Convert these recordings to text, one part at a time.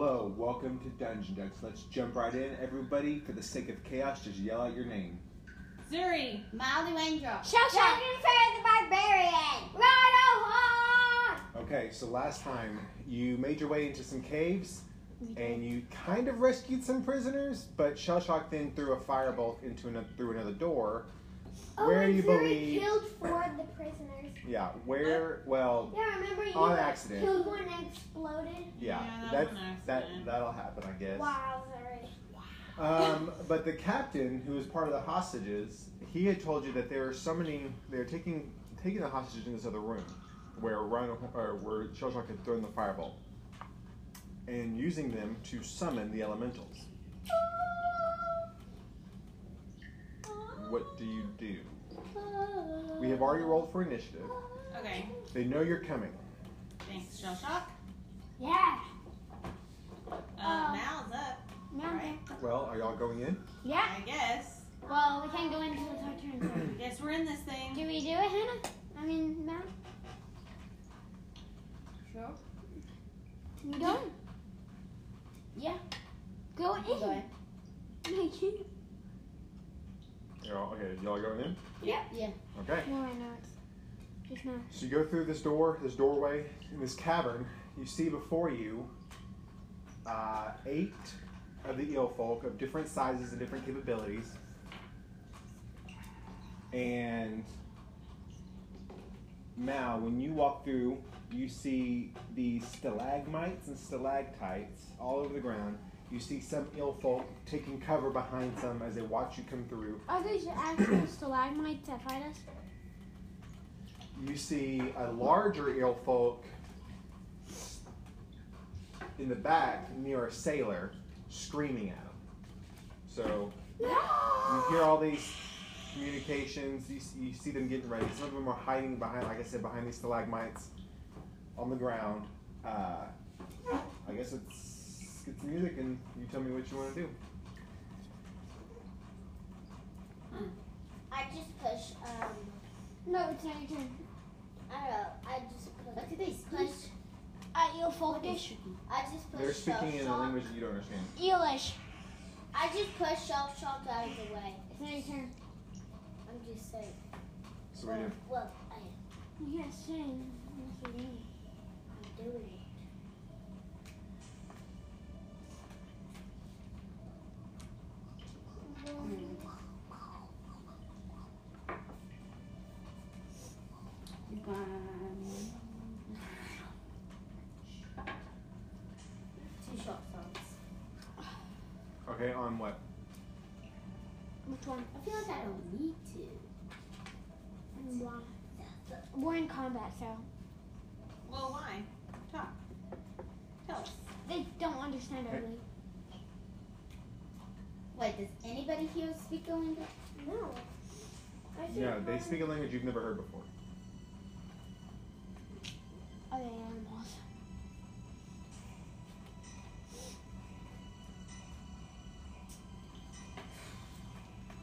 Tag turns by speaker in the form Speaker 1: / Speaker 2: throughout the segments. Speaker 1: welcome to Dungeon Ducks. Let's jump right in, everybody. For the sake of chaos, just yell out your name.
Speaker 2: Zuri.
Speaker 3: Miley Wayndrop.
Speaker 4: Shout shout.
Speaker 3: the Barbarian. Rhino Horn.
Speaker 1: Okay, so last time you made your way into some caves and you kind of rescued some prisoners, but Shellshock then threw a firebolt into another, through another door. Where
Speaker 4: oh, and
Speaker 1: you
Speaker 4: Zuri
Speaker 1: believe-
Speaker 4: killed four of the prisoners.
Speaker 1: Yeah, where? Well,
Speaker 4: Yeah, remember you
Speaker 1: On
Speaker 4: like,
Speaker 1: accident.
Speaker 4: killed one and exploded.
Speaker 1: yeah,
Speaker 2: Yeah, that
Speaker 1: that's,
Speaker 2: was an
Speaker 1: that
Speaker 2: accident.
Speaker 1: that'll happen, I guess.
Speaker 4: Wow, Zuri.
Speaker 1: Um, but the captain, who was part of the hostages, he had told you that they were summoning, they were taking taking the hostages into this other room, where Rhino or where Shellshock had thrown the fireball, and using them to summon the elementals. What do you do?
Speaker 4: Oh.
Speaker 1: We have already rolled for initiative.
Speaker 2: Okay.
Speaker 1: They know you're coming.
Speaker 2: Thanks, Shell Shock.
Speaker 4: Yeah.
Speaker 2: Uh,
Speaker 4: Oh.
Speaker 2: Mal's up,
Speaker 4: Now
Speaker 2: right?
Speaker 1: Well, are y'all going in?
Speaker 4: Yeah.
Speaker 2: I guess.
Speaker 4: Well, we can't go in until it's our turn.
Speaker 2: Guess we're in this
Speaker 4: do
Speaker 2: thing.
Speaker 4: we do it, Hannah? I mean, Matt?
Speaker 3: Sure.
Speaker 4: You going?
Speaker 3: Yeah.
Speaker 4: Go in.
Speaker 3: Go in.
Speaker 1: Y'all, okay, y'all going in?
Speaker 3: Yep. Yeah.
Speaker 1: Okay.
Speaker 4: no, I know it's just now.
Speaker 1: So you go through this door, this doorway, in this cavern. You see before you uh, eight of the eel folk of different sizes and different capabilities. And now, when you walk through, you see these stalagmites and stalactites all over the ground. You see some ill folk taking cover behind some as they watch you come through.
Speaker 4: Are these actual stalagmites that fight us?
Speaker 1: you see a larger eel folk in the back near a sailor screaming at him. So you hear all these communications, you, s- you see them getting ready. Some of them are hiding behind, like I said, behind these stalagmites on the ground. Uh, I guess it's get some music and you tell me what you want to do.
Speaker 3: I just push. Um.
Speaker 4: No, it's not your turn.
Speaker 3: I don't know. I just push.
Speaker 4: Look at these.
Speaker 3: Push.
Speaker 4: Uh, eel folkish.
Speaker 3: I just push.
Speaker 1: They're speaking in a
Speaker 3: Shellshock-
Speaker 1: language that you don't understand.
Speaker 4: Eelish.
Speaker 3: I just push Shell Shock out of the way.
Speaker 4: It's not your turn.
Speaker 3: I'm just saying.
Speaker 1: So what do you do?
Speaker 3: Well, I
Speaker 4: Yes, saying.
Speaker 3: am doing it. Two short songs.
Speaker 1: Okay, on what?
Speaker 4: Which one?
Speaker 3: I feel like I don't need to.
Speaker 4: We're in combat, so
Speaker 2: Well, why? Talk. Tell us.
Speaker 4: they don't understand our
Speaker 1: Okay.
Speaker 4: language.
Speaker 3: Wait, does anybody here speak a language?
Speaker 4: No.
Speaker 1: No, they speak a language you've never heard before.
Speaker 4: Are they animals?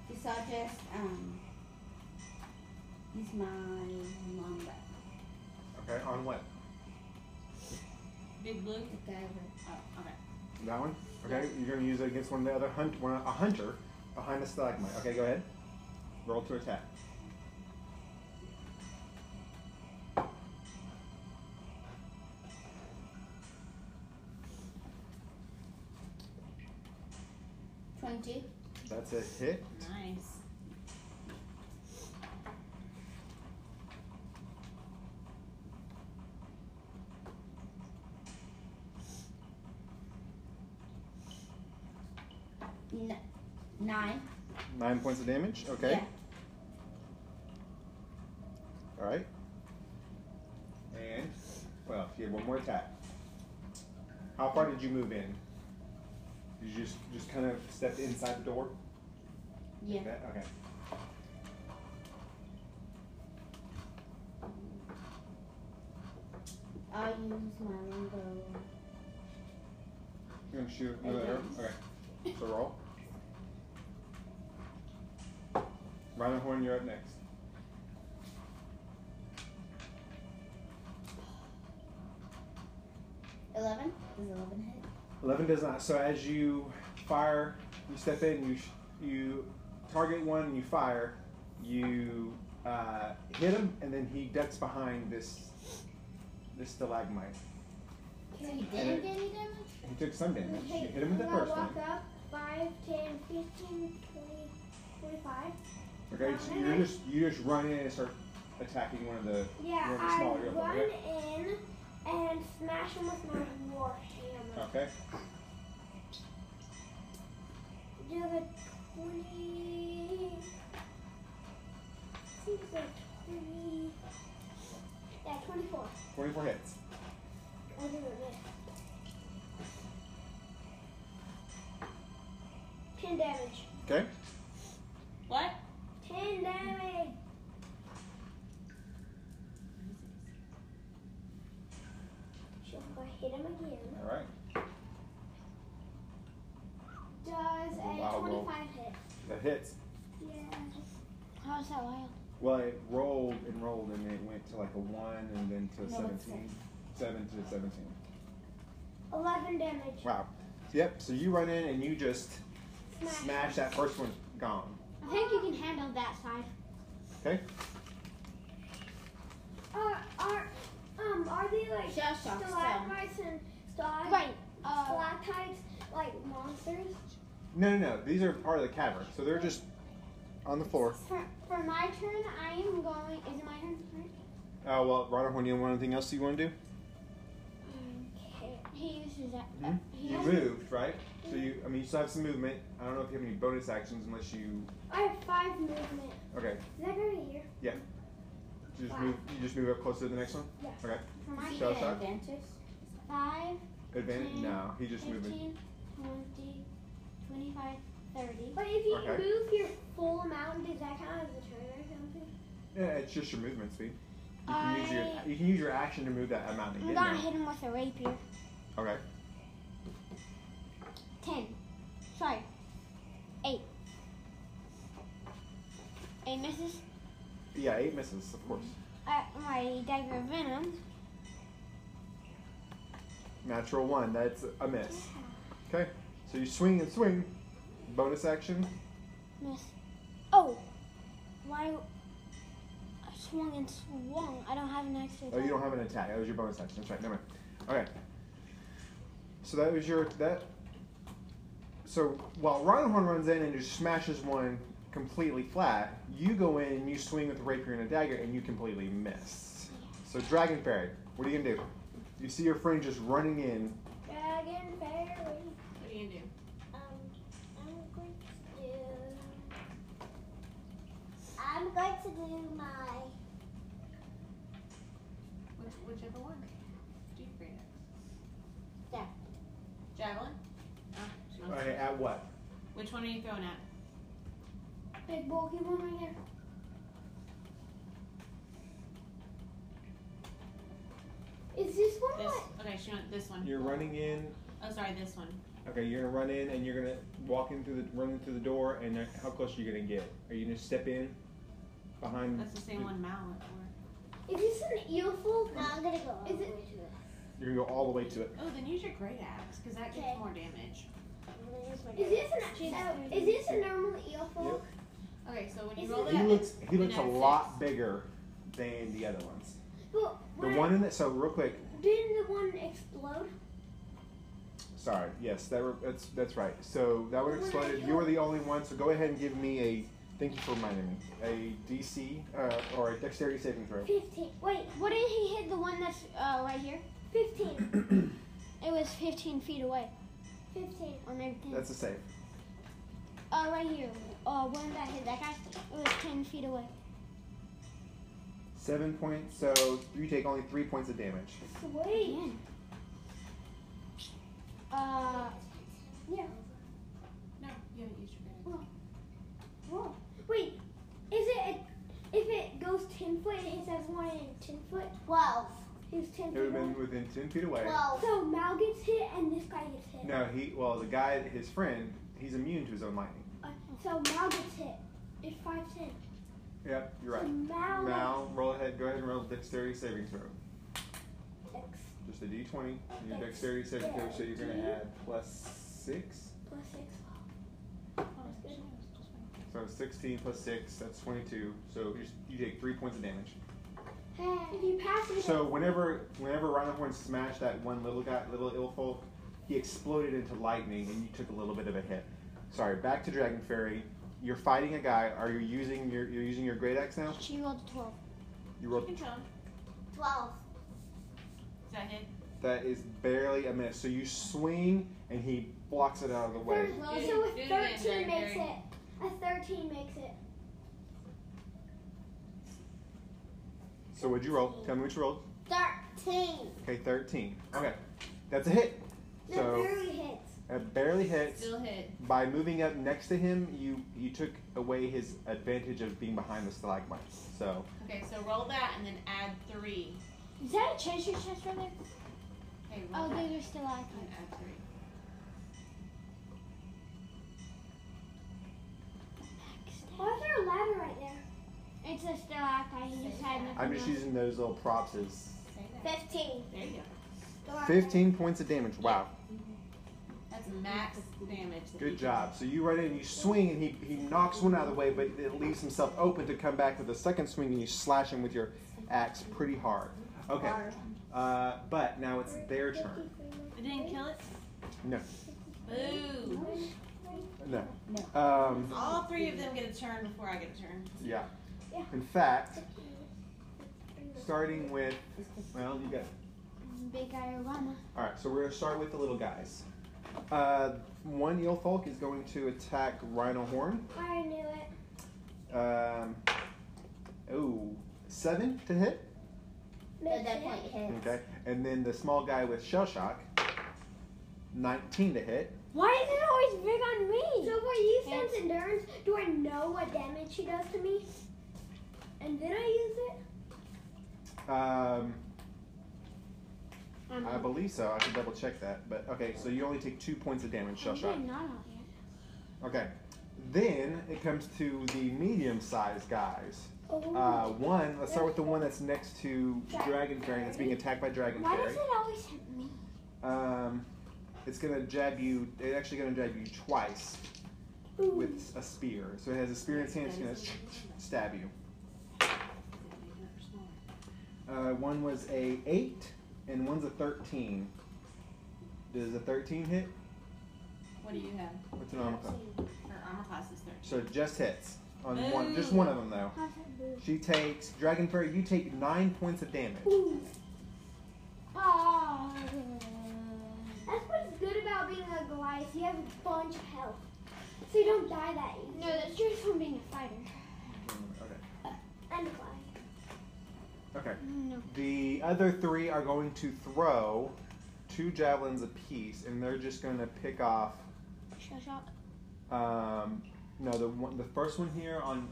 Speaker 5: You saw just um use my manga.
Speaker 1: Okay, on what?
Speaker 2: Big Blue.
Speaker 3: Okay.
Speaker 2: Oh, okay.
Speaker 1: That one? Okay, you're gonna use it against one of the other hunt one a hunter behind a stalagmite. Okay, go ahead. Roll to attack.
Speaker 3: Twenty.
Speaker 1: That's a hit.
Speaker 2: Nice.
Speaker 3: Nine.
Speaker 1: Nine points of damage. Okay. Alright. And well, if you have one more attack. How far did you move in? Did you just just kind of step inside the door?
Speaker 3: Yeah.
Speaker 1: Okay. okay.
Speaker 3: I use my longbow.
Speaker 1: You're gonna shoot another arrow? Okay. So roll. Rhino Horn, you're up next.
Speaker 3: Eleven. Is eleven hit?
Speaker 1: Eleven does not. So as you fire, you step in, you sh- you target one, you fire, you uh, hit him, and then he ducks behind this this stalagmite.
Speaker 3: So you didn't get any damage?
Speaker 1: He took some damage. You hit him with the
Speaker 6: I'm gonna
Speaker 1: first one.
Speaker 6: walk up 5, 10, 15, 20, 25.
Speaker 1: Okay, so you just you just run in and start attacking one of the
Speaker 6: Yeah,
Speaker 1: one of the
Speaker 6: I
Speaker 1: smaller
Speaker 6: run
Speaker 1: guys.
Speaker 6: in and smash him with my war hammer.
Speaker 1: Okay.
Speaker 6: Do the 20. I think it's like 20. Yeah, 24.
Speaker 1: Twenty-four hits.
Speaker 6: I'll do it next. 10 damage.
Speaker 1: Okay.
Speaker 2: What?
Speaker 6: 10 damage. So if I hit him again,
Speaker 1: All right.
Speaker 6: does a
Speaker 1: Wow, roll.
Speaker 6: 25 hit?
Speaker 1: That hits.
Speaker 6: Yes.
Speaker 4: How's that wild?
Speaker 1: Well, it rolled and rolled and it went to like a one and then to a
Speaker 5: No, it's
Speaker 1: seventeen. Seven to seventeen.
Speaker 6: 11 damage.
Speaker 1: Wow. Yep. So you run in and you just
Speaker 6: Smash.
Speaker 1: smash that first one. Gone.
Speaker 4: I think you can handle that side.
Speaker 1: Okay.
Speaker 6: Are, are, um, are they like
Speaker 5: Shell shock still.
Speaker 6: stalagmites and stalag-
Speaker 4: Right. Uh,
Speaker 6: stalactites like monsters?
Speaker 1: No, no, no. These are part of the cavern, so they're just on the floor.
Speaker 4: for, for my turn, I am going. Is it my turn? Right?
Speaker 1: Uh, well, Ronald, when you want anything else you want to do?
Speaker 6: Okay.
Speaker 4: He uses that.
Speaker 1: Hmm?
Speaker 4: He
Speaker 1: You
Speaker 4: uses-
Speaker 1: moved, right? So you, I mean, you still have some movement. I don't know if you have any bonus actions unless you.
Speaker 6: I have 5 movement.
Speaker 1: Okay.
Speaker 6: Is that going to here?
Speaker 1: You just move. You just move up closer to the next one.
Speaker 6: Yeah.
Speaker 1: Okay.
Speaker 4: for my
Speaker 5: Does he
Speaker 1: Shell
Speaker 5: get
Speaker 1: shock?
Speaker 5: advantage?
Speaker 4: five,
Speaker 1: Advantage?
Speaker 4: Ten,
Speaker 1: No, he's just moving.
Speaker 4: 15, 20, 25, 30.
Speaker 6: But if you
Speaker 1: Okay.
Speaker 6: move your full amount, does that count as a turn or something?
Speaker 1: Yeah, it's just your movement speed. You can use your
Speaker 4: I-
Speaker 1: you can use your action to move that amount
Speaker 4: I'm
Speaker 1: again.
Speaker 4: gonna
Speaker 1: now.
Speaker 4: hit him with a rapier.
Speaker 1: Okay.
Speaker 4: Ten. Sorry. Eight. Eight misses.
Speaker 1: Yeah, eight misses, of course.
Speaker 4: Uh, my dagger of venom.
Speaker 1: Natural one. That's a miss. Okay. So you swing and swing. Bonus action.
Speaker 4: Miss. Oh! Why? I swung and swung. I don't have an extra.
Speaker 1: Oh, you
Speaker 4: attack.
Speaker 1: don't have an attack. That was your bonus action. That's right. Never mind. Okay. So that was your that. So while Reinhorn runs in and just smashes one completely flat, you go in and you swing with a rapier and a dagger, and you completely miss. So Dragon Fairy, what are you gonna do? You see your friend just running in.
Speaker 6: Dragon fairy.
Speaker 2: What are you gonna do?
Speaker 6: Um, I'm going to do. I'm going to do my.
Speaker 2: Which, whichever one? Do you create it?
Speaker 6: Yeah.
Speaker 2: Javelin? Oh, she wants-
Speaker 1: Okay, at what?
Speaker 2: Which one are you throwing at?
Speaker 6: Big bulky one right here. Is this one?
Speaker 2: This. Okay, she wants this one.
Speaker 1: You're running in.
Speaker 2: Oh, sorry, this one.
Speaker 1: Okay, you're gonna run in and you're gonna walk in through the run in through the door. And then how close are you gonna get? Are you gonna step in behind?
Speaker 2: That's the same one Mal went for.
Speaker 6: Is this an eelful?
Speaker 3: No, I'm gonna go all
Speaker 6: Is
Speaker 3: the
Speaker 6: it-
Speaker 3: way to it.
Speaker 1: You're gonna go all the way to it.
Speaker 2: Oh, then use your great axe, because that
Speaker 3: Okay.
Speaker 2: gets more damage.
Speaker 3: I'm gonna use my
Speaker 6: Is
Speaker 3: dagger.
Speaker 6: this an uh, is this a normal eelful?
Speaker 2: Okay, so when you
Speaker 6: Is
Speaker 2: roll
Speaker 6: it-
Speaker 1: He
Speaker 2: that,
Speaker 1: looks he
Speaker 2: And
Speaker 1: looks a
Speaker 2: that's
Speaker 1: lot bigger than the other ones.
Speaker 6: But
Speaker 1: The
Speaker 6: when-
Speaker 1: one in that so real quick.
Speaker 6: didn't the one explode?
Speaker 1: Sorry, yes, that were, that's that's right. So that would
Speaker 6: Where
Speaker 1: exploded.
Speaker 6: you-
Speaker 1: You were the only one. So go ahead and give me a thank you for reminding me a DC uh, or a dexterity saving throw.
Speaker 6: Fifteen. Wait,
Speaker 4: What did he hit the one that's uh, right here?
Speaker 6: fifteen.
Speaker 4: It was 15 feet away.
Speaker 6: Fifteen.
Speaker 4: Or maybe 10.
Speaker 1: That's a save.
Speaker 4: uh, right here. Uh, when that hit that guy, it was 10 feet away.
Speaker 1: Seven points. So you take only three points of damage.
Speaker 6: Sweet.
Speaker 4: Again. Uh,
Speaker 6: Yeah.
Speaker 2: no, you haven't used your great axe.
Speaker 6: Whoa. Wait. Is it a, if it goes ten foot, it hits everyone in ten foot?
Speaker 3: 12.
Speaker 6: Who's ten
Speaker 1: It would
Speaker 6: foot?
Speaker 1: have been
Speaker 6: away?
Speaker 1: within ten feet away.
Speaker 3: 12.
Speaker 6: So Mal gets hit and this guy gets hit.
Speaker 1: No, he well the guy his friend he's immune to his own lightning.
Speaker 6: Uh, so Mal gets hit. It's five ten.
Speaker 1: Yep, you're
Speaker 6: So
Speaker 1: right.
Speaker 6: Mal.
Speaker 1: Now roll ahead. Go ahead and roll dexterity saving throw.
Speaker 6: Dex-
Speaker 1: Just the d20, and your dexterity saving throw, so you're going to add plus 6.
Speaker 6: Plus six.
Speaker 1: So 16 plus 6, that's 22. So you just- you take 3 points of damage.
Speaker 6: If you pass it,
Speaker 1: So whenever whenever Rhinohorn smashed that one little guy, little ill folk, he exploded into lightning, and you took a little bit of a hit. Sorry, back to Dragon Fairy. You're fighting a guy. Are you using your you're using your great axe now?
Speaker 4: She rolled a 12.
Speaker 1: You
Speaker 2: You
Speaker 1: rolled
Speaker 2: can kill him.
Speaker 3: Twelve.
Speaker 2: Is that hit?
Speaker 1: That is barely a miss. So you swing and he blocks it out of the way.
Speaker 6: thir-
Speaker 2: Wait.
Speaker 6: so
Speaker 2: Do it
Speaker 6: a
Speaker 2: again,
Speaker 6: thirteen makes
Speaker 2: Mary.
Speaker 6: it. A thirteen makes it.
Speaker 1: So what'd you roll? Tell me what you rolled.
Speaker 3: Thirteen.
Speaker 1: Okay, 13. Okay, that's a hit.
Speaker 6: No,
Speaker 1: So
Speaker 6: barely hits.
Speaker 1: it barely hits.
Speaker 2: Still hit.
Speaker 1: By moving up next to him, you you took away his advantage of being behind the stalagmites. So
Speaker 2: Okay, so roll that and then add three.
Speaker 4: Is that a treasure chest right there?
Speaker 2: Okay, roll
Speaker 4: Oh,
Speaker 2: that
Speaker 4: those are still
Speaker 2: and
Speaker 4: icons.
Speaker 2: add three.
Speaker 6: Why is there a ladder right there?
Speaker 4: It's a still icon. He just had nothing
Speaker 1: I'm just
Speaker 4: else.
Speaker 1: using those little props as
Speaker 2: Say that.
Speaker 3: Fifteen.
Speaker 2: There you go.
Speaker 1: 15 points of damage. Wow,
Speaker 2: That's max damage. that you
Speaker 1: good
Speaker 2: can-
Speaker 1: job. So you run in, you swing, and he, he knocks one out of the way, but it leaves himself open to come back with a second swing, and you slash him with your axe pretty hard. Okay, uh, but now it's their turn.
Speaker 2: It didn't kill it?
Speaker 1: No.
Speaker 2: Boo.
Speaker 1: No. Um,
Speaker 2: All three of them get a turn before I get a turn.
Speaker 1: yeah.
Speaker 6: Yeah.
Speaker 1: In fact, starting with, well, you got
Speaker 4: Big guy or llama.
Speaker 1: All right, so we're gonna start with the little guys. Uh, one eel folk is going to attack Rhino Horn.
Speaker 6: I knew it.
Speaker 1: Um, oh, seven to hit.
Speaker 3: At
Speaker 6: Makes
Speaker 3: that
Speaker 6: it.
Speaker 3: point, hit.
Speaker 1: Okay, and then the small guy with shell shock, nineteen to hit.
Speaker 4: Why is it always big on me?
Speaker 6: So for you sense endurance, do I know what damage she does to me? And then I use it?
Speaker 1: Um, I believe so. I should double check that. But okay, so you only take two points of damage shell
Speaker 4: I'm
Speaker 1: shock.
Speaker 4: doing not on here.
Speaker 1: Okay, then it comes to the medium-sized guys.
Speaker 6: Oh.
Speaker 1: Uh, one. Let's start with the one that's next to Dragon Fairy that's being attacked by Dragon
Speaker 4: Why
Speaker 1: Fairy.
Speaker 4: does it always hit me?
Speaker 1: Um, it's gonna jab you. It's actually gonna jab you twice with a spear. So it has a spear in its hand. It's gonna stab you. Uh, one was a eight, and one's a thirteen. Does a thirteen hit?
Speaker 2: What do you have?
Speaker 1: What's an armor class?
Speaker 2: Her armor class is 13.
Speaker 1: So it just hits on one. Just one of them though.
Speaker 4: How's it move?
Speaker 1: She takes Dragon Fairy. You take nine points of damage.
Speaker 4: Oh.
Speaker 6: That's what's good about being a Goliath. You have a bunch of health. So you don't die that easy.
Speaker 4: No, that's just from being a fighter.
Speaker 1: Mm, Okay.
Speaker 6: And a Goliath.
Speaker 1: Okay.
Speaker 4: No.
Speaker 1: The other three are going to throw two javelins apiece, and they're just going to pick off.
Speaker 4: Shell shock.
Speaker 1: Um, no, the one, the first one here on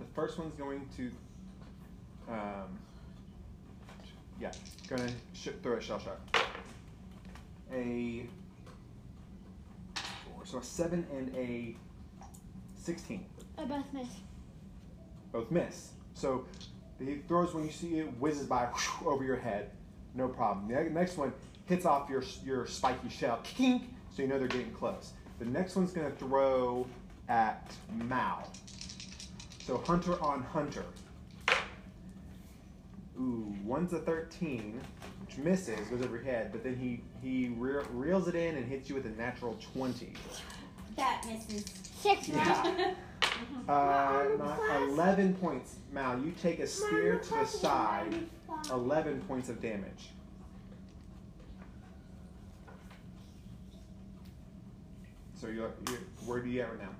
Speaker 1: the first one's going to. Um, yeah, going to sh- throw a shell shot. A four, so a seven and a sixteen
Speaker 4: I both missed.
Speaker 1: both miss. So he throws when you see it whizzes by whoosh, over your head, no problem. The next one hits off your your spiky shell, kink, so you know they're getting close. The next one's gonna throw at Mao. So hunter on hunter. Ooh, one's a thirteen, which misses, goes over your head, but then he he re- reels it in and hits you with a natural twenty.
Speaker 5: That misses.
Speaker 4: Six rounds.
Speaker 1: Yeah. Uh,
Speaker 6: armor
Speaker 1: not-
Speaker 6: class-
Speaker 1: eleven points, Mal. You take a spear to the side. Eleven points of damage. So you're, you're where do you at right now?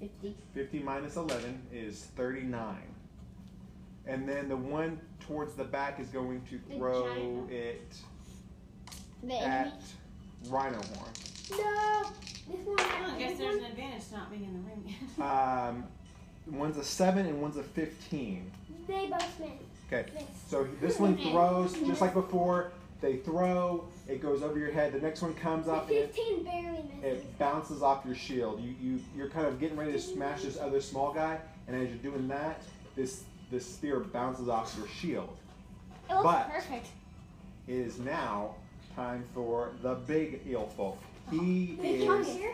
Speaker 5: 50.
Speaker 1: Fifty minus eleven is thirty-nine. And then the one towards the back is going to
Speaker 4: The
Speaker 1: throw
Speaker 4: giant.
Speaker 1: it
Speaker 4: The
Speaker 1: at
Speaker 4: enemy.
Speaker 1: Rhino Horn.
Speaker 6: No. This
Speaker 2: Well,
Speaker 6: one.
Speaker 2: I guess
Speaker 6: this
Speaker 2: there's
Speaker 6: one.
Speaker 2: an advantage to not being in the room yet.
Speaker 1: Um, one's a seven and one's a fifteen.
Speaker 6: They both miss.
Speaker 1: Okay.
Speaker 6: Miss.
Speaker 1: So this one throws just like before. They throw, it goes over your head. The next one comes
Speaker 6: The
Speaker 1: up and it,
Speaker 6: 15 barely misses.
Speaker 1: it bounces off your shield. You you you're kind of getting ready to smash this other small guy, and as you're doing that, this this spear bounces off your shield.
Speaker 4: It looks
Speaker 1: But-
Speaker 4: perfect.
Speaker 1: It is now time for the big eel folk. He
Speaker 6: Did you come
Speaker 1: is
Speaker 6: here?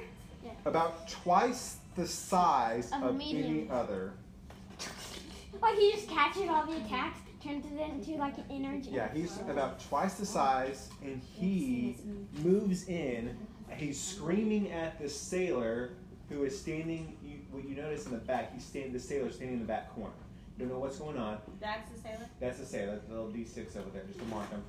Speaker 1: about twice the size
Speaker 4: A
Speaker 1: of
Speaker 4: medium.
Speaker 1: any other.
Speaker 6: Like he just captured all the attacks, turns it into like an energy.
Speaker 1: Yeah, he's about twice the size, and he moves in. and He's screaming at the sailor who is standing. You, what you notice in the back, he's standing. The sailor standing in the back corner. You don't know what's going on.
Speaker 2: That's the sailor.
Speaker 1: That's the sailor. The little D6 over there, just to mark him.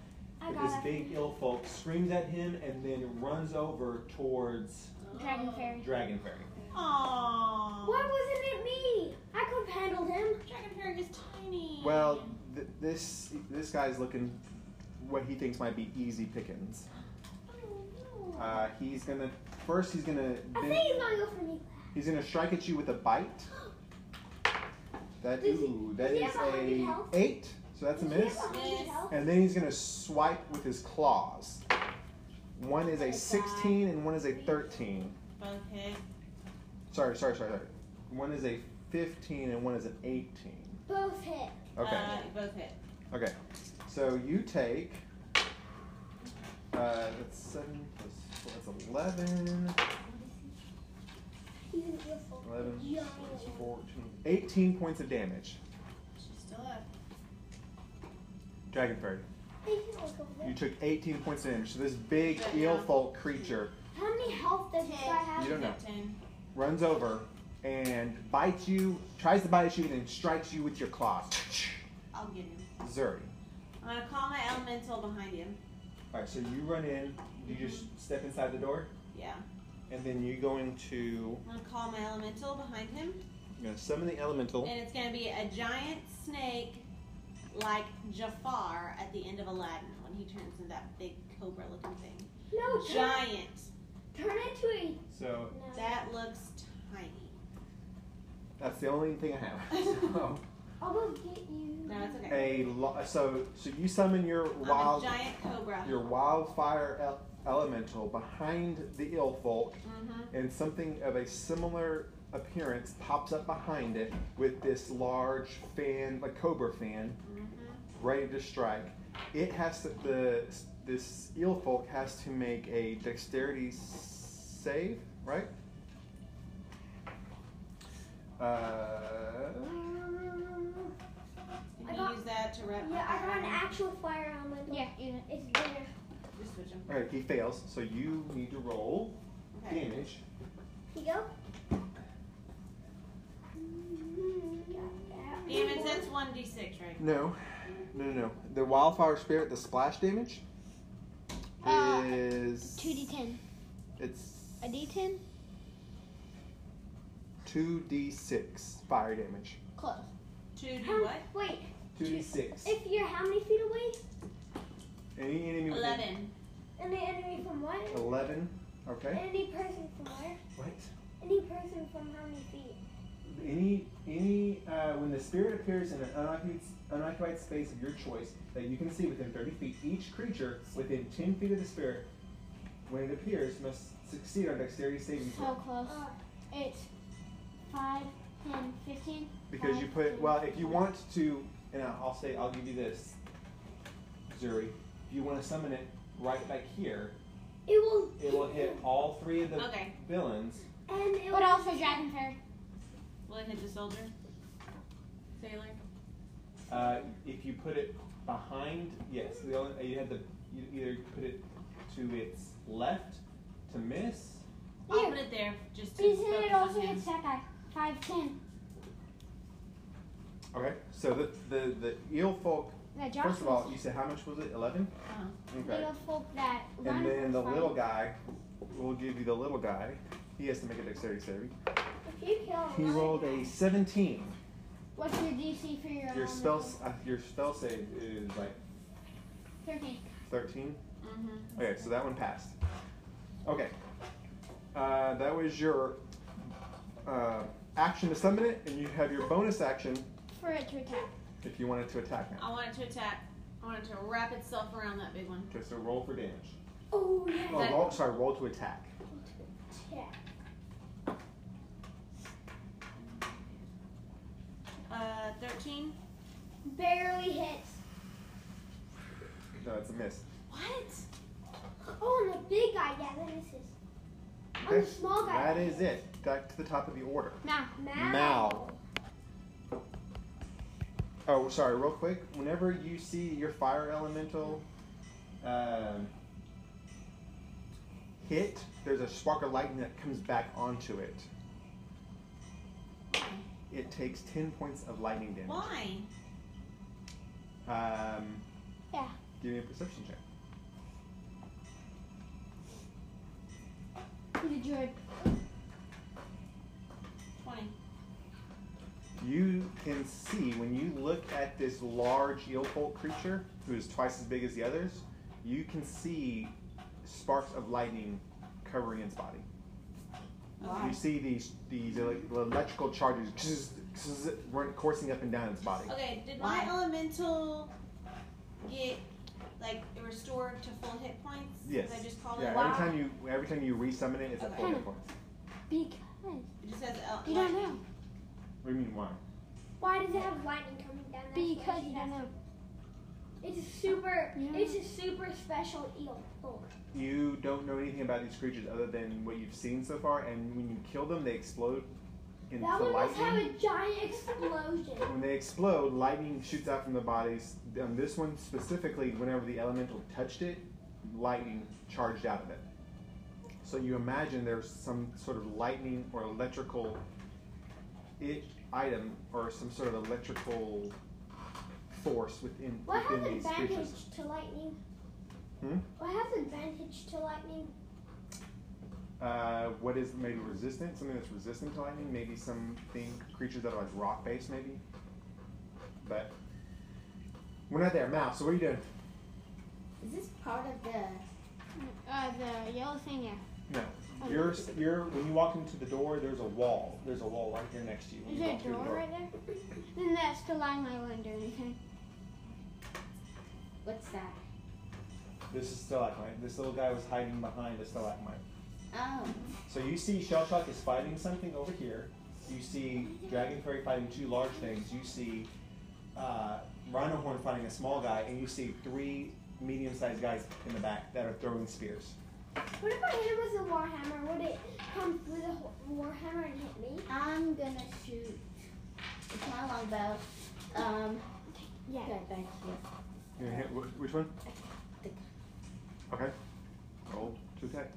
Speaker 6: I
Speaker 1: this
Speaker 6: got it.
Speaker 1: big ill folk screams at him and then runs over towards
Speaker 6: Dragon fairy.
Speaker 1: Dragon Fairy.
Speaker 2: Aww.
Speaker 6: Why wasn't it me? I could have handled him.
Speaker 2: Dragon fairy is tiny.
Speaker 1: Well, th- this this guy's looking what he thinks might be easy pickings. Uh, he's gonna first. He's gonna.
Speaker 6: I
Speaker 1: bend-
Speaker 6: think he's gonna go for me.
Speaker 1: He's gonna strike at you with a bite. That
Speaker 6: Does he-
Speaker 1: ooh, that
Speaker 6: does he
Speaker 1: is
Speaker 6: have a hundred
Speaker 1: a
Speaker 6: health?
Speaker 1: eight. So that's a
Speaker 6: Does he have
Speaker 1: miss.
Speaker 6: a hundred
Speaker 2: Miss.
Speaker 6: health?
Speaker 1: And then he's gonna swipe with his claws. One
Speaker 6: Oh,
Speaker 1: is a
Speaker 5: Okay.
Speaker 1: sixteen and one is a thirteen.
Speaker 2: Both hit.
Speaker 1: Sorry, sorry, sorry, sorry. One is a fifteen and one is an eighteen.
Speaker 6: Both hit.
Speaker 1: Okay.
Speaker 2: Uh, both hit.
Speaker 1: Okay. So you take. Uh, that's seven plus four. That's eleven.
Speaker 6: He's an earful.
Speaker 1: Eleven plus fourteen. Eighteen points of damage.
Speaker 2: She's still up.
Speaker 1: Dragon fairy.
Speaker 6: They can look over there.
Speaker 1: You took 18 points of damage. So this big
Speaker 2: Yeah.
Speaker 1: eel folk creature
Speaker 6: How many health does this guy
Speaker 1: You
Speaker 6: have?
Speaker 1: don't know.
Speaker 2: Ten.
Speaker 1: runs over and bites you, tries to bite you, and then strikes you with your claws.
Speaker 2: I'll get him.
Speaker 1: Zuri.
Speaker 2: I'm gonna call my elemental behind him.
Speaker 1: All right, so you run in. You just step inside the door,
Speaker 2: Yeah.
Speaker 1: and then you go into.
Speaker 2: I'm gonna call my elemental behind him,
Speaker 1: You're gonna summon the elemental.
Speaker 2: and it's gonna be a giant snake, like Jafar at the end of Aladdin when he turns into that big cobra-looking thing.
Speaker 6: No, turn,
Speaker 2: Giant.
Speaker 6: turn into a.
Speaker 1: So
Speaker 6: No.
Speaker 2: That looks tiny.
Speaker 1: that's the only thing I have. So,
Speaker 6: I'll go get you.
Speaker 2: No, it's okay.
Speaker 1: a lo- so so you summon your
Speaker 2: I'm a
Speaker 1: wild
Speaker 2: giant cobra.
Speaker 1: your wildfire el- elemental behind the ill folk
Speaker 2: Mm-hmm.
Speaker 1: and something of a similar appearance pops up behind it with this large fan, like cobra fan,
Speaker 2: Mm-hmm.
Speaker 1: ready to strike. It has to, the this eel folk has to make a dexterity s- save, right? Uh,
Speaker 2: Can
Speaker 6: I
Speaker 2: you
Speaker 6: got-
Speaker 2: use that to wrap?
Speaker 6: Yeah, I got an
Speaker 2: my-
Speaker 6: actual fire elemental.
Speaker 4: Yeah, you know.
Speaker 6: It's bigger.
Speaker 2: Just switch 'em.
Speaker 1: okay, he fails, so you need to roll
Speaker 2: Okay.
Speaker 1: damage.
Speaker 6: You go.
Speaker 2: Damage. That's one d six, right?
Speaker 1: No, no, no, no. The wildfire spirit, the splash damage
Speaker 4: Uh,
Speaker 1: is
Speaker 4: 2d10.
Speaker 1: It's
Speaker 4: A d10?
Speaker 1: two d six fire damage.
Speaker 4: Close.
Speaker 2: Two d
Speaker 6: How-
Speaker 2: what?
Speaker 6: Wait,
Speaker 1: Two d six.
Speaker 6: if you're how many feet away?
Speaker 1: Any enemy within
Speaker 2: Eleven.
Speaker 6: And the enemy from what?
Speaker 1: Eleven. Oh, Okay.
Speaker 6: Any person from where?
Speaker 1: What?
Speaker 6: Any person from how many feet?
Speaker 1: Any any uh, when the spirit appears in an unoccupied, unoccupied space of your choice that you can see within thirty feet, each creature within ten feet of the spirit, when it appears, must succeed on dexterity saving throw.
Speaker 4: So close.
Speaker 6: Uh,
Speaker 4: Uh, It's 5, 10, 15.
Speaker 1: Because you put well, if you want to, and I'll I'll say I'll give you this, Zuri. If you want to summon it right back here,
Speaker 6: It will.
Speaker 1: it will hit all three of the
Speaker 2: Okay.
Speaker 1: villains.
Speaker 6: And it
Speaker 4: But
Speaker 6: will.
Speaker 4: also dragon fairy.
Speaker 2: Will it hit the soldier? Sailor.
Speaker 1: Uh, if you put it behind, yes, the only, uh, you had to you either put it to its left to miss.
Speaker 2: I'll put it there just to
Speaker 4: Please hit
Speaker 2: focus
Speaker 4: it
Speaker 2: on
Speaker 4: also
Speaker 2: him.
Speaker 4: hits that guy. 5, 10.
Speaker 1: Okay. So the the the eel folk.
Speaker 4: That jar.
Speaker 1: First of all, you said how much was it? Eleven.
Speaker 2: Uh-huh.
Speaker 1: Okay.
Speaker 4: Little folk that
Speaker 1: And
Speaker 4: run
Speaker 1: then the
Speaker 4: from-
Speaker 1: little guy. We'll give you the little guy. He has to make a dexterity saving.
Speaker 6: If you kill
Speaker 1: He
Speaker 6: one-
Speaker 1: rolled a seventeen.
Speaker 4: What's your DC for your um,
Speaker 1: Your
Speaker 4: elemental?
Speaker 1: spell s- uh, your spell save is like
Speaker 4: 13.
Speaker 1: thirteen.
Speaker 2: Mm-hmm.
Speaker 1: Okay, so that one passed. Okay. Uh, that was your uh, action to summon it, and you have your bonus action
Speaker 4: For it to attack.
Speaker 1: if you wanted to attack now.
Speaker 2: I want it to attack. I want it to wrap itself around that big one.
Speaker 1: Okay, so roll for damage.
Speaker 6: Oh yeah.
Speaker 1: Oh, roll, sorry, roll to attack.
Speaker 6: Yeah.
Speaker 2: Uh, thirteen. Uh,
Speaker 6: Barely hits.
Speaker 1: No, it's a miss.
Speaker 2: What?
Speaker 6: Oh, and the big guy. Yeah, that is his.
Speaker 1: Okay.
Speaker 6: And the small guy.
Speaker 1: That is it. Back to the top of the order.
Speaker 4: Now,
Speaker 6: Mal.
Speaker 1: Mal. Oh, sorry, real quick. Whenever you see your fire elemental um, hit, there's a spark of lightning that comes back onto it. It takes 10 points of lightning damage.
Speaker 2: Why?
Speaker 1: Um,
Speaker 4: Yeah.
Speaker 1: Give me a perception check.
Speaker 4: did you
Speaker 2: Twenty.
Speaker 1: You can see when you look at this large eel folk creature, who is twice as big as the others, you can see sparks of lightning covering its body. You see these these ele- electrical charges zzz, zzz, run- coursing up and down its body.
Speaker 2: Okay, did
Speaker 5: Why?
Speaker 2: my elemental get like restored to full hit points? 'Cause
Speaker 1: Yes.
Speaker 2: I just
Speaker 6: Oh,
Speaker 2: called
Speaker 1: Yeah,
Speaker 2: it.
Speaker 1: every time you every time you resummon it, it's at four
Speaker 2: Okay.
Speaker 1: hit points.
Speaker 4: Because
Speaker 2: It just says uh, el-
Speaker 4: you don't
Speaker 2: lightning.
Speaker 4: know.
Speaker 1: What do you mean why?
Speaker 6: Why does it have lightning coming down? That's why
Speaker 4: Because
Speaker 6: she
Speaker 4: you don't
Speaker 6: has-
Speaker 4: know.
Speaker 6: It's a super.
Speaker 4: You don't
Speaker 6: It's a super special eel. Oh.
Speaker 1: You don't know anything about these creatures other than what you've seen so far, and when you kill them, they explode into
Speaker 6: That one must
Speaker 1: lightning.
Speaker 6: have a giant explosion.
Speaker 1: When they explode, lightning shoots out from the bodies. On this one specifically, whenever the elemental touched it, lightning charged out of it. So you imagine there's some sort of lightning or electrical it item or some sort of electrical force within
Speaker 6: What has
Speaker 1: within these creatures.
Speaker 6: advantage to lightning?
Speaker 1: Hmm?
Speaker 6: What has advantage to lightning?
Speaker 1: Uh, what is maybe resistant? Something that's resistant to lightning. Maybe something creatures that are like rock based. Maybe. But we're not there, Mal. So what are you doing?
Speaker 5: Is this part of the?
Speaker 4: Uh, the yellow thing, yeah.
Speaker 1: No. You're, you're, when you walk into the door, there's a wall. There's a wall right there next to you. when
Speaker 4: Is
Speaker 1: you
Speaker 4: there a
Speaker 1: walk through the
Speaker 4: door right there? Then that's the line I wouldn't do anything.
Speaker 5: What's that?
Speaker 1: This is stalagmite. This little guy was hiding behind a stalagmite.
Speaker 5: Oh,
Speaker 1: So you see Shellshock is fighting something over here. You see Dragon Fairy fighting two large things. You see uh, Rhino Horn fighting a small guy. And you see three medium sized guys in the back that are throwing spears.
Speaker 6: What if I hit him with a warhammer? Would it come through the ho- warhammer and hit me?
Speaker 5: I'm gonna shoot. It's my longbow. Um.
Speaker 4: Yeah.
Speaker 5: Okay, thank you.
Speaker 1: You gonna hit wh- which one? Okay. Roll to attack.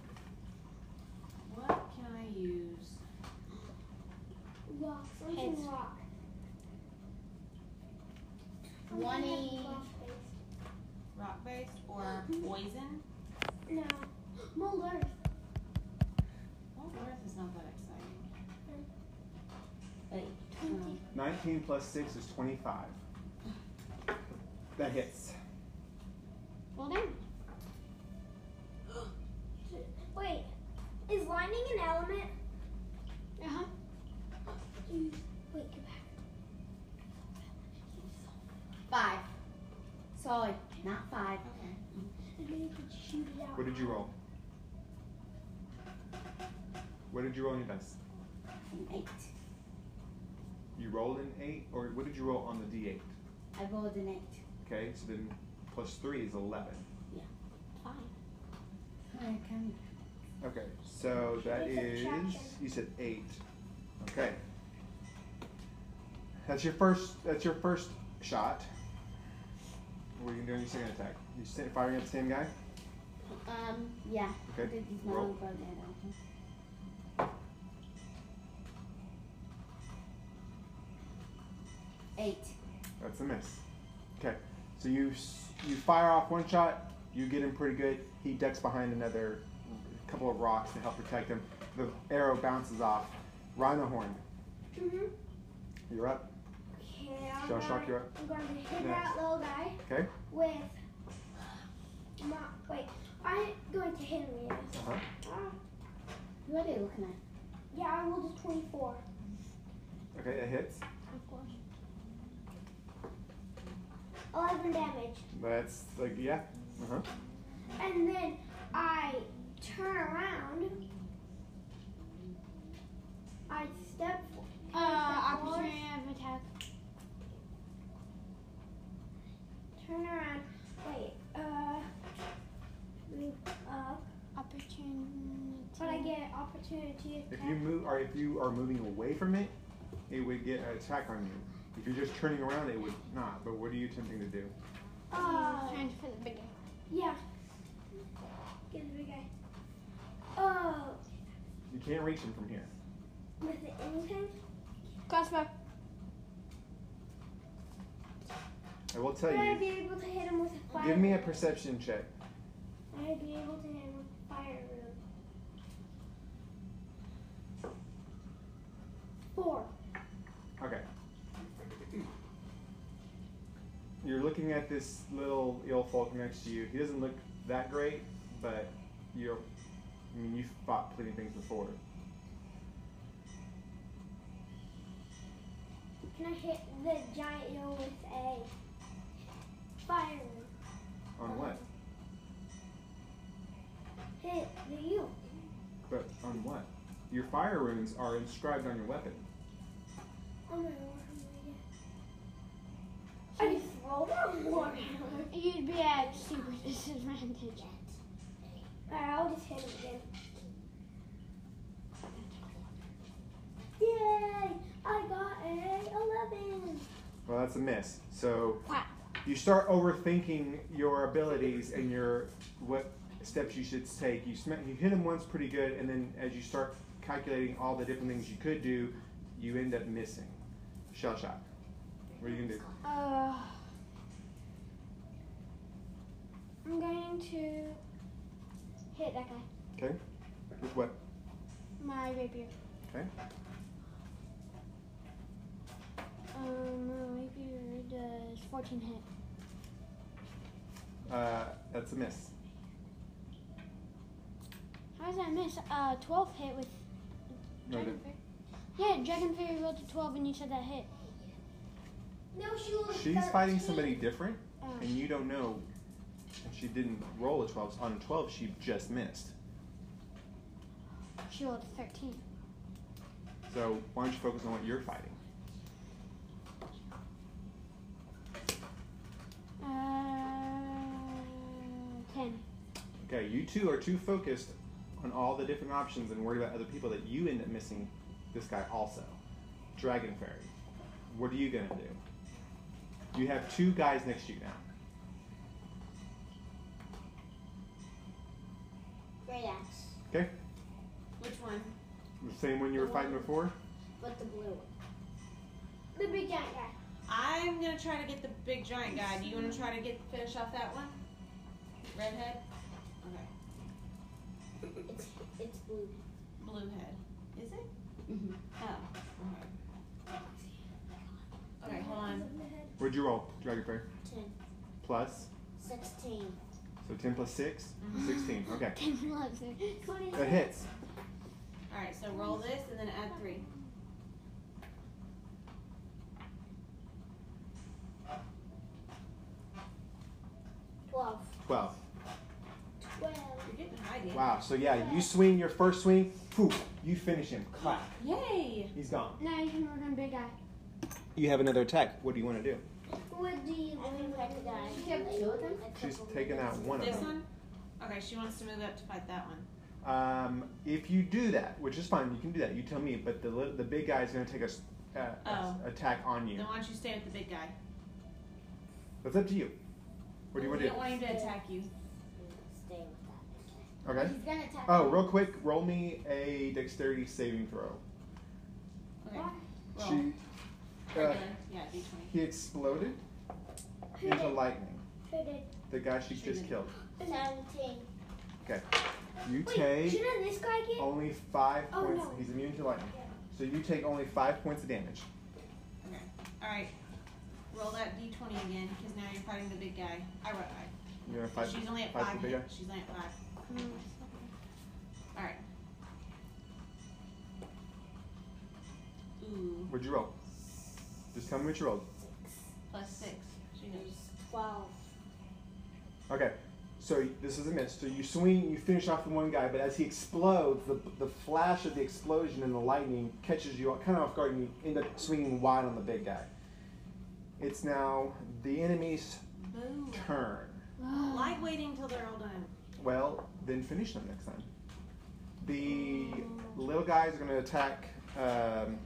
Speaker 2: What can I use?
Speaker 6: Rock. Something
Speaker 4: Heads.
Speaker 6: rock.
Speaker 5: Twenty.
Speaker 2: Rock based or
Speaker 4: Mm-hmm.
Speaker 2: poison?
Speaker 6: No. Mold earth.
Speaker 2: Well, Earth is not that exciting.
Speaker 5: Wait.
Speaker 2: Um,
Speaker 1: 19 plus 6 is 25. That hits.
Speaker 4: Well done.
Speaker 6: Wait. Is lightning an element?
Speaker 4: Uh huh.
Speaker 6: Wait, go back.
Speaker 5: Five. Sorry, not five.
Speaker 2: okay.
Speaker 6: And then you could shoot it out.
Speaker 1: What did you roll? What did you roll on your dice?
Speaker 5: An eight.
Speaker 1: You rolled an 8, or what did you roll on the d8?
Speaker 5: I rolled an eight.
Speaker 1: Okay, so then plus 3 is 11.
Speaker 5: I can.
Speaker 1: Okay, so that
Speaker 6: It's
Speaker 1: is.
Speaker 6: subtraction.
Speaker 1: You said 8. Okay. That's your first. That's your first shot. What are you doing your second attack? You sta- firing at the same guy?
Speaker 5: Um. Yeah.
Speaker 1: Okay,
Speaker 5: This is my
Speaker 1: roll.
Speaker 5: longbow there. Eight.
Speaker 1: That's a miss. Okay, so you s- you fire off one shot. You get him pretty good. He ducks behind another couple of rocks to help protect him. The arrow bounces off. Rhino horn,
Speaker 6: Mm-hmm.
Speaker 1: you're up.
Speaker 6: Okay, I'm
Speaker 1: Shell
Speaker 6: gonna,
Speaker 1: shock, you're up.
Speaker 6: I'm going to hit
Speaker 1: Next.
Speaker 6: that little guy.
Speaker 1: Okay.
Speaker 6: With my wait, I'm going to hit him with this.
Speaker 1: Uh-huh.
Speaker 6: Ah,
Speaker 5: What are you looking at?
Speaker 6: yeah, I rolled a twenty-four.
Speaker 1: Okay, that hits.
Speaker 4: Uh,
Speaker 6: Eleven damage.
Speaker 1: That's like yeah. Uh huh.
Speaker 6: And then I turn around. I step
Speaker 4: Uh, opportunity of attack.
Speaker 6: turn around. Wait, uh But I get an opportunity
Speaker 1: If you move, or if you are moving away from it, it would get an attack on you. If you're just turning around, it would not. But what are you attempting to do?
Speaker 6: Uh,
Speaker 4: trying to find the big guy.
Speaker 6: yeah. Get the big guy. Oh,
Speaker 1: You can't reach him from here.
Speaker 6: with the anything?
Speaker 4: Crossbow.
Speaker 1: I will tell
Speaker 6: Would I
Speaker 1: you.
Speaker 6: be able to hit him with a fire?
Speaker 1: Give me a perception check.
Speaker 6: Would I be able to hit him with a fire room? Four.
Speaker 1: Okay. You're looking at this little ill folk next to you. He doesn't look that great, but you're. I mean, you've fought plenty of things before.
Speaker 6: Can I hit the giant eel with a fire room?
Speaker 1: On what?
Speaker 6: Hit the eel.
Speaker 1: But on what? Your fire runes are inscribed on your weapon.
Speaker 6: Oh my god. I just rolled out one. Alright,
Speaker 4: You'd be at super disadvantage.
Speaker 6: I'll just hit him again. Yay! I got a 11.
Speaker 1: Well, that's a miss. So
Speaker 4: Wow.
Speaker 1: you start overthinking your abilities and your what steps you should take. You sm- you hit him once pretty good, and then as you start calculating all the different things you could do, you end up missing. Shell shock. What are you gonna do?
Speaker 4: Uh, I'm going to hit that guy.
Speaker 1: Okay. With what?
Speaker 4: My rapier.
Speaker 1: Okay.
Speaker 4: Um, my rapier does 14 hit.
Speaker 1: Uh, that's a miss.
Speaker 4: How does that miss? Uh, 12 hit with
Speaker 1: No,
Speaker 4: Dragon Fairy. Yeah, Dragon Fairy rolled a 12 and you said that hit.
Speaker 6: No, she was.
Speaker 1: she's
Speaker 6: 13.
Speaker 1: fighting somebody different,
Speaker 4: Oh.
Speaker 1: and you don't know. And she didn't roll a twelve. On a twelve, she just missed.
Speaker 4: She rolled a 13.
Speaker 1: So why don't you focus on what you're fighting?
Speaker 4: Uh, 10.
Speaker 1: Okay, you two are too focused on all the different options and worried about other people that you end up missing this guy also. Dragon Fairy. What are you gonna do? You have two guys next to you now.
Speaker 5: Great axe.
Speaker 1: Okay?
Speaker 2: Which one?
Speaker 1: The same one you were fighting before?
Speaker 5: But the blue one.
Speaker 6: The big giant guy.
Speaker 2: I'm gonna try to get the big giant guy. Do you wanna try to get finish off that one? Redhead? Okay.
Speaker 5: It's it's blue.
Speaker 2: Blue head. Is it?
Speaker 5: Mhm.
Speaker 2: Oh. Okay. Okay, hold on.
Speaker 1: What'd you roll, Dragon Fairy?
Speaker 5: Ten.
Speaker 1: Plus?
Speaker 5: Sixteen.
Speaker 1: So 10 plus 6? 16. Okay.
Speaker 4: 10 loves it.
Speaker 1: That hits.
Speaker 2: Alright, so roll this and then add three.
Speaker 5: Twelve.
Speaker 1: 12.
Speaker 6: 12.
Speaker 2: You're getting high, dude.
Speaker 1: Wow, so yeah, you swing your first swing, poof, you finish him. Clap.
Speaker 2: Yay!
Speaker 1: He's gone.
Speaker 4: Now you can work on big guy.
Speaker 1: You have another attack. What do you want to do?
Speaker 6: What do you
Speaker 5: I think I could die.
Speaker 6: She kept two of them?
Speaker 5: A
Speaker 1: She's
Speaker 5: couple
Speaker 1: taken out
Speaker 5: minutes.
Speaker 1: one of
Speaker 2: This
Speaker 1: them.
Speaker 2: one? Okay, she wants to move up to fight that one.
Speaker 1: Um, if you do that, which is fine, you can do that. You tell me, but the li- the big guy is going to take a, s- uh, a s- attack on you.
Speaker 2: Then why don't you stay with the big guy?
Speaker 1: That's up to you. What do you want
Speaker 2: We
Speaker 1: to
Speaker 2: don't want him to attack you.
Speaker 5: Stay with that.
Speaker 1: do? Okay.
Speaker 5: He's gonna attack.
Speaker 1: Oh, real quick, roll me a dexterity saving throw.
Speaker 2: Okay. Roll.
Speaker 1: She uh,
Speaker 2: Regular. Yeah, D twenty.
Speaker 1: he exploded
Speaker 6: Who
Speaker 1: into
Speaker 6: did?
Speaker 1: lightning.
Speaker 6: Who did?
Speaker 1: The guy she
Speaker 2: She
Speaker 1: just
Speaker 2: did.
Speaker 1: killed.
Speaker 5: Seventeen.
Speaker 1: You
Speaker 6: Wait,
Speaker 1: take
Speaker 6: shouldn't this guy get?
Speaker 1: only five
Speaker 6: Oh,
Speaker 1: points.
Speaker 6: no.
Speaker 1: He's immune to lightning, so you take only five points of damage.
Speaker 2: Alright. Roll that D twenty again, because now you're fighting the big guy. I roll five.
Speaker 1: You're gonna fight.
Speaker 2: She's only at
Speaker 1: fight the
Speaker 2: five.
Speaker 1: big
Speaker 2: hit.
Speaker 1: guy?
Speaker 2: She's only at five. Alright. Ooh.
Speaker 1: What'd you roll? Just tell me what you rolled.
Speaker 2: Plus six. She knows.
Speaker 5: Twelve.
Speaker 1: Okay, so this is a miss. So you swing, you finish off the one guy, but as he explodes, the, the flash of the explosion and the lightning catches you kind of off guard, and you end up swinging wide on the big guy. It's now the enemy's
Speaker 2: Boo.
Speaker 1: turn.
Speaker 2: Like waiting till they're all done.
Speaker 1: Well, then finish them next time. The little guys are going to attack um,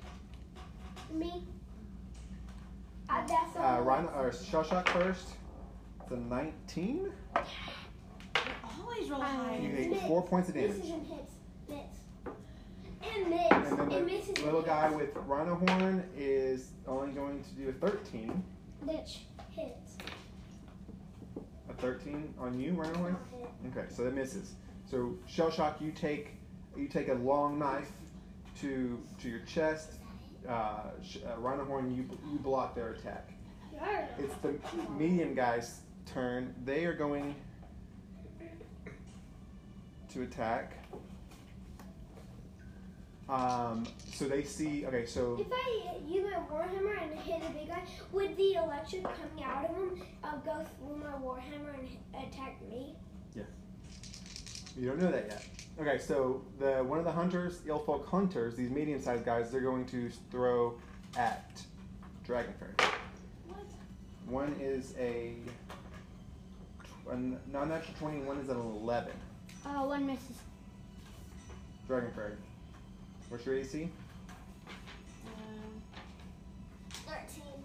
Speaker 6: Me. I, that's all.
Speaker 1: uh, Rhino, or Shell Shock first. It's a 19.
Speaker 2: Always roll high.
Speaker 1: You take four points of
Speaker 6: Misses
Speaker 1: damage.
Speaker 6: and hits. Miss. And miss.
Speaker 1: And
Speaker 6: and
Speaker 1: then
Speaker 6: misses
Speaker 1: the
Speaker 6: and
Speaker 1: little
Speaker 6: hits.
Speaker 1: guy with Rhino Horn is only going to do a 13.
Speaker 6: Which hits.
Speaker 1: A 13 on you, Rhino Horn?
Speaker 6: Not hit.
Speaker 1: Okay, so that misses. So shell shock, you take you take a long knife to to your chest. Uh, sh- uh, Rhino horn, you you block their attack.
Speaker 6: Yarr.
Speaker 1: It's the medium guy's turn. They are going to attack. Um, so they see. Okay, so
Speaker 6: If I use my warhammer and hit a big guy, would the electric coming out of him uh, go through my warhammer and hit- attack me?
Speaker 1: you don't know that yet. Okay, so the one of the hunters, Ilfolk hunters, these medium-sized guys, they're going to throw at Dragonfire.
Speaker 2: What?
Speaker 1: One is a, tw- a n- non-natural 20, one is an 11.
Speaker 4: Oh, one misses.
Speaker 1: Dragon Fairy. What's your AC?
Speaker 2: Um,
Speaker 6: Thirteen.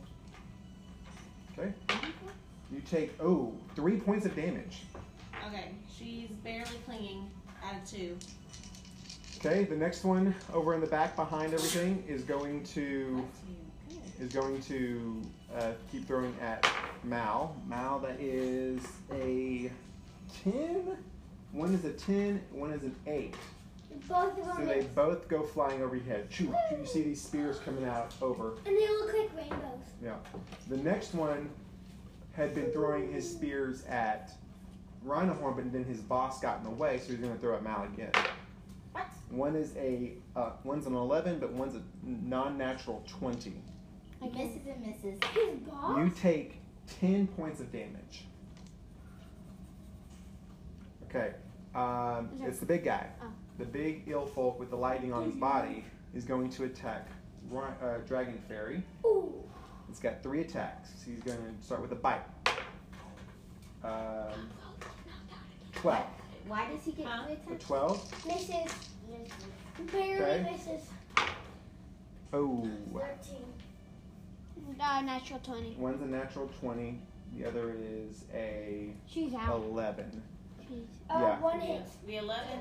Speaker 1: You take, oh, three points of damage.
Speaker 2: okay, she's barely clinging out of two.
Speaker 1: Okay, the next one over in the back behind everything is going to
Speaker 2: That's you. Good.
Speaker 1: is going to uh, keep throwing at Mal. Mal, that is a 10. One is a 10, one is an 8.
Speaker 6: Both of
Speaker 1: So
Speaker 6: them.
Speaker 1: they
Speaker 6: miss.
Speaker 1: both go flying over your head. Choo, choo. You see these spears coming out over.
Speaker 6: And they look like rainbows.
Speaker 1: The next one had been throwing his spears at Rhinohorn, but then his boss got in the way, so he's going to throw at Mal again.
Speaker 6: What?
Speaker 1: One is a uh, one's an eleven, but one's a non-natural twenty.
Speaker 5: I misses and misses.
Speaker 6: His boss.
Speaker 1: You take ten points of damage. Okay, um,
Speaker 4: Okay.
Speaker 1: it's the big guy,
Speaker 4: Oh.
Speaker 1: the big ill folk with the lightning on his body is going to attack Ri- uh, Dragon Fairy.
Speaker 6: Ooh.
Speaker 1: It's got three attacks. He's going to start with a bite. Um, 12.
Speaker 5: Why does he get
Speaker 2: Huh?
Speaker 5: two
Speaker 1: A
Speaker 5: attacks?
Speaker 1: 12.
Speaker 6: Misses.
Speaker 5: Misses.
Speaker 6: Barely
Speaker 1: Okay.
Speaker 6: misses.
Speaker 1: Oh.
Speaker 6: Thirteen.
Speaker 4: Uh, natural 20.
Speaker 1: One's a natural 20. The other is a
Speaker 4: She's out.
Speaker 1: 11.
Speaker 4: She's
Speaker 6: Uh,
Speaker 1: Yeah.
Speaker 6: One hit.
Speaker 2: The 11.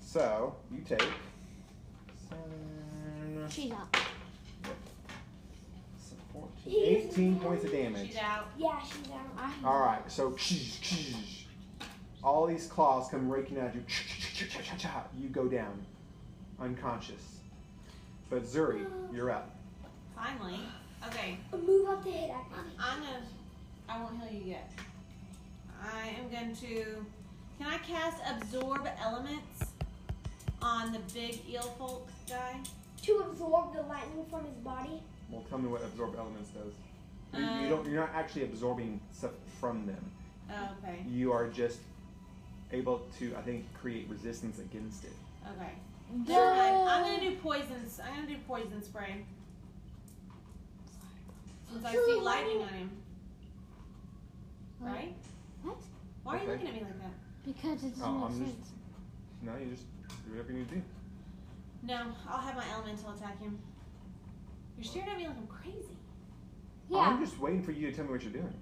Speaker 1: So, you take. seven,
Speaker 4: she's out.
Speaker 1: s- 14, 18 points of damage.
Speaker 2: She's out.
Speaker 6: Yeah, she's out.
Speaker 1: All right, so all these claws come raking at you. You go down, unconscious. But Zuri, you're up.
Speaker 2: Finally. Okay,
Speaker 6: Move up to hit actually.
Speaker 2: I'm gonna. I won't heal you yet. I am going to. Can I cast Absorb Elements on the big eel folk guy?
Speaker 6: To absorb the lightning from his body.
Speaker 1: Well, tell me what absorb elements does. You-
Speaker 2: Um,
Speaker 1: you don't. You're not actually absorbing stuff from them.
Speaker 2: Oh, okay.
Speaker 1: You are just able to, I think, create resistance against it.
Speaker 2: Okay.
Speaker 4: Duh.
Speaker 2: Never mind. I'm gonna do poisons. I'm gonna do poison spray. Since I see lightning on him. Right?
Speaker 4: What?
Speaker 2: Why are you
Speaker 1: Okay.
Speaker 2: looking at me like that?
Speaker 4: Because it doesn't
Speaker 1: Oh,
Speaker 4: make
Speaker 1: I'm just-
Speaker 4: sense.
Speaker 1: No, you just do whatever you need to do.
Speaker 2: No, I'll have my elemental attack him. You're staring at me like I'm crazy.
Speaker 4: Yeah.
Speaker 1: I'm just waiting for you to tell me what you're doing.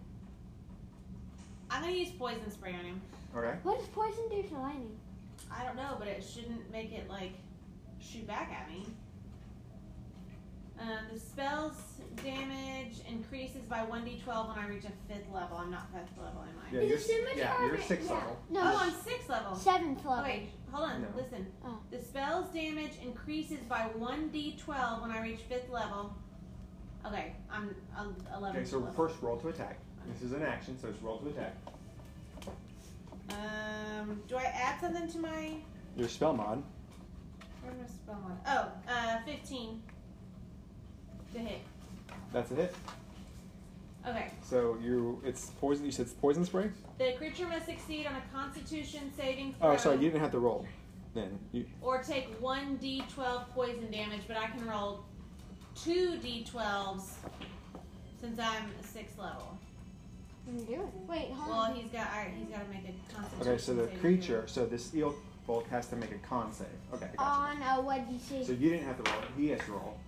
Speaker 2: I'm gonna use poison spray on him.
Speaker 1: Okay.
Speaker 4: What does poison do to lightning?
Speaker 2: I don't know, but it shouldn't make it like shoot back at me. Um, the spell's damage increases by 1d12 when I reach a fifth level. I'm not fifth level, am I?
Speaker 1: Yeah,
Speaker 6: Is
Speaker 1: you're,
Speaker 6: it
Speaker 1: s- yeah,
Speaker 6: scimitar
Speaker 1: you're
Speaker 6: or-
Speaker 1: six
Speaker 6: yeah.
Speaker 1: level.
Speaker 4: No,
Speaker 2: Oh, I'm sixth level.
Speaker 4: seventh level.
Speaker 2: Wait, hold on,
Speaker 1: No.
Speaker 2: listen.
Speaker 4: Oh.
Speaker 2: The spell's damage increases by 1d12 when I reach 5th level. Okay, I'm a- 11.
Speaker 1: Okay, so
Speaker 2: level.
Speaker 1: first roll to attack. This is an action, so it's roll to attack.
Speaker 2: Um, do I add something to my.
Speaker 1: Your spell mod.
Speaker 2: Where's my spell mod? Oh, uh, 15. To hit.
Speaker 1: That's a hit.
Speaker 2: Okay.
Speaker 1: So you, it's poison. You said it's poison spray.
Speaker 2: The creature must succeed on a constitution saving throw.
Speaker 1: Oh, sorry, you didn't have to roll. Then you,
Speaker 2: Or take 1d12 poison damage, but I can roll 2d12s since I'm 6th level.
Speaker 4: I'm doing. Wait, hold
Speaker 2: Well,
Speaker 4: on.
Speaker 2: he's got. All right, he's got to make a constitution.
Speaker 1: okay, so the
Speaker 2: saving
Speaker 1: creature, so this eel both has to make a con save. Okay, I got
Speaker 4: On a what do you
Speaker 1: you. So
Speaker 4: say?
Speaker 1: you didn't have to roll. it. He has to roll.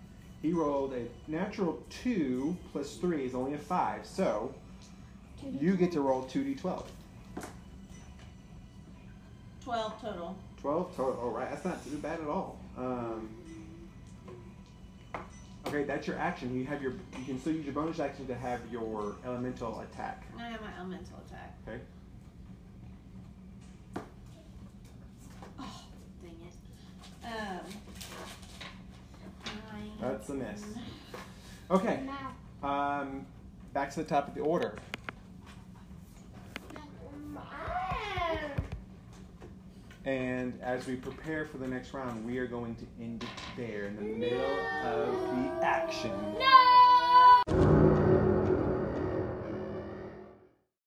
Speaker 1: He rolled a natural two plus three is only a five. So you get to roll two d twelve.
Speaker 2: 12 total.
Speaker 1: 12 total. All right, that's not too bad at all. Um, okay, that's your action. You have your. You can still use your bonus action to have your elemental attack.
Speaker 2: And I have my elemental attack.
Speaker 1: Okay.
Speaker 2: Oh, dang it. Um, nine.
Speaker 1: That's a miss. Okay.
Speaker 4: Now.
Speaker 1: Um, back to the top of the order.
Speaker 6: Mom.
Speaker 1: And as we prepare for the next round, we are going to end it there in the middle of the action.
Speaker 4: No.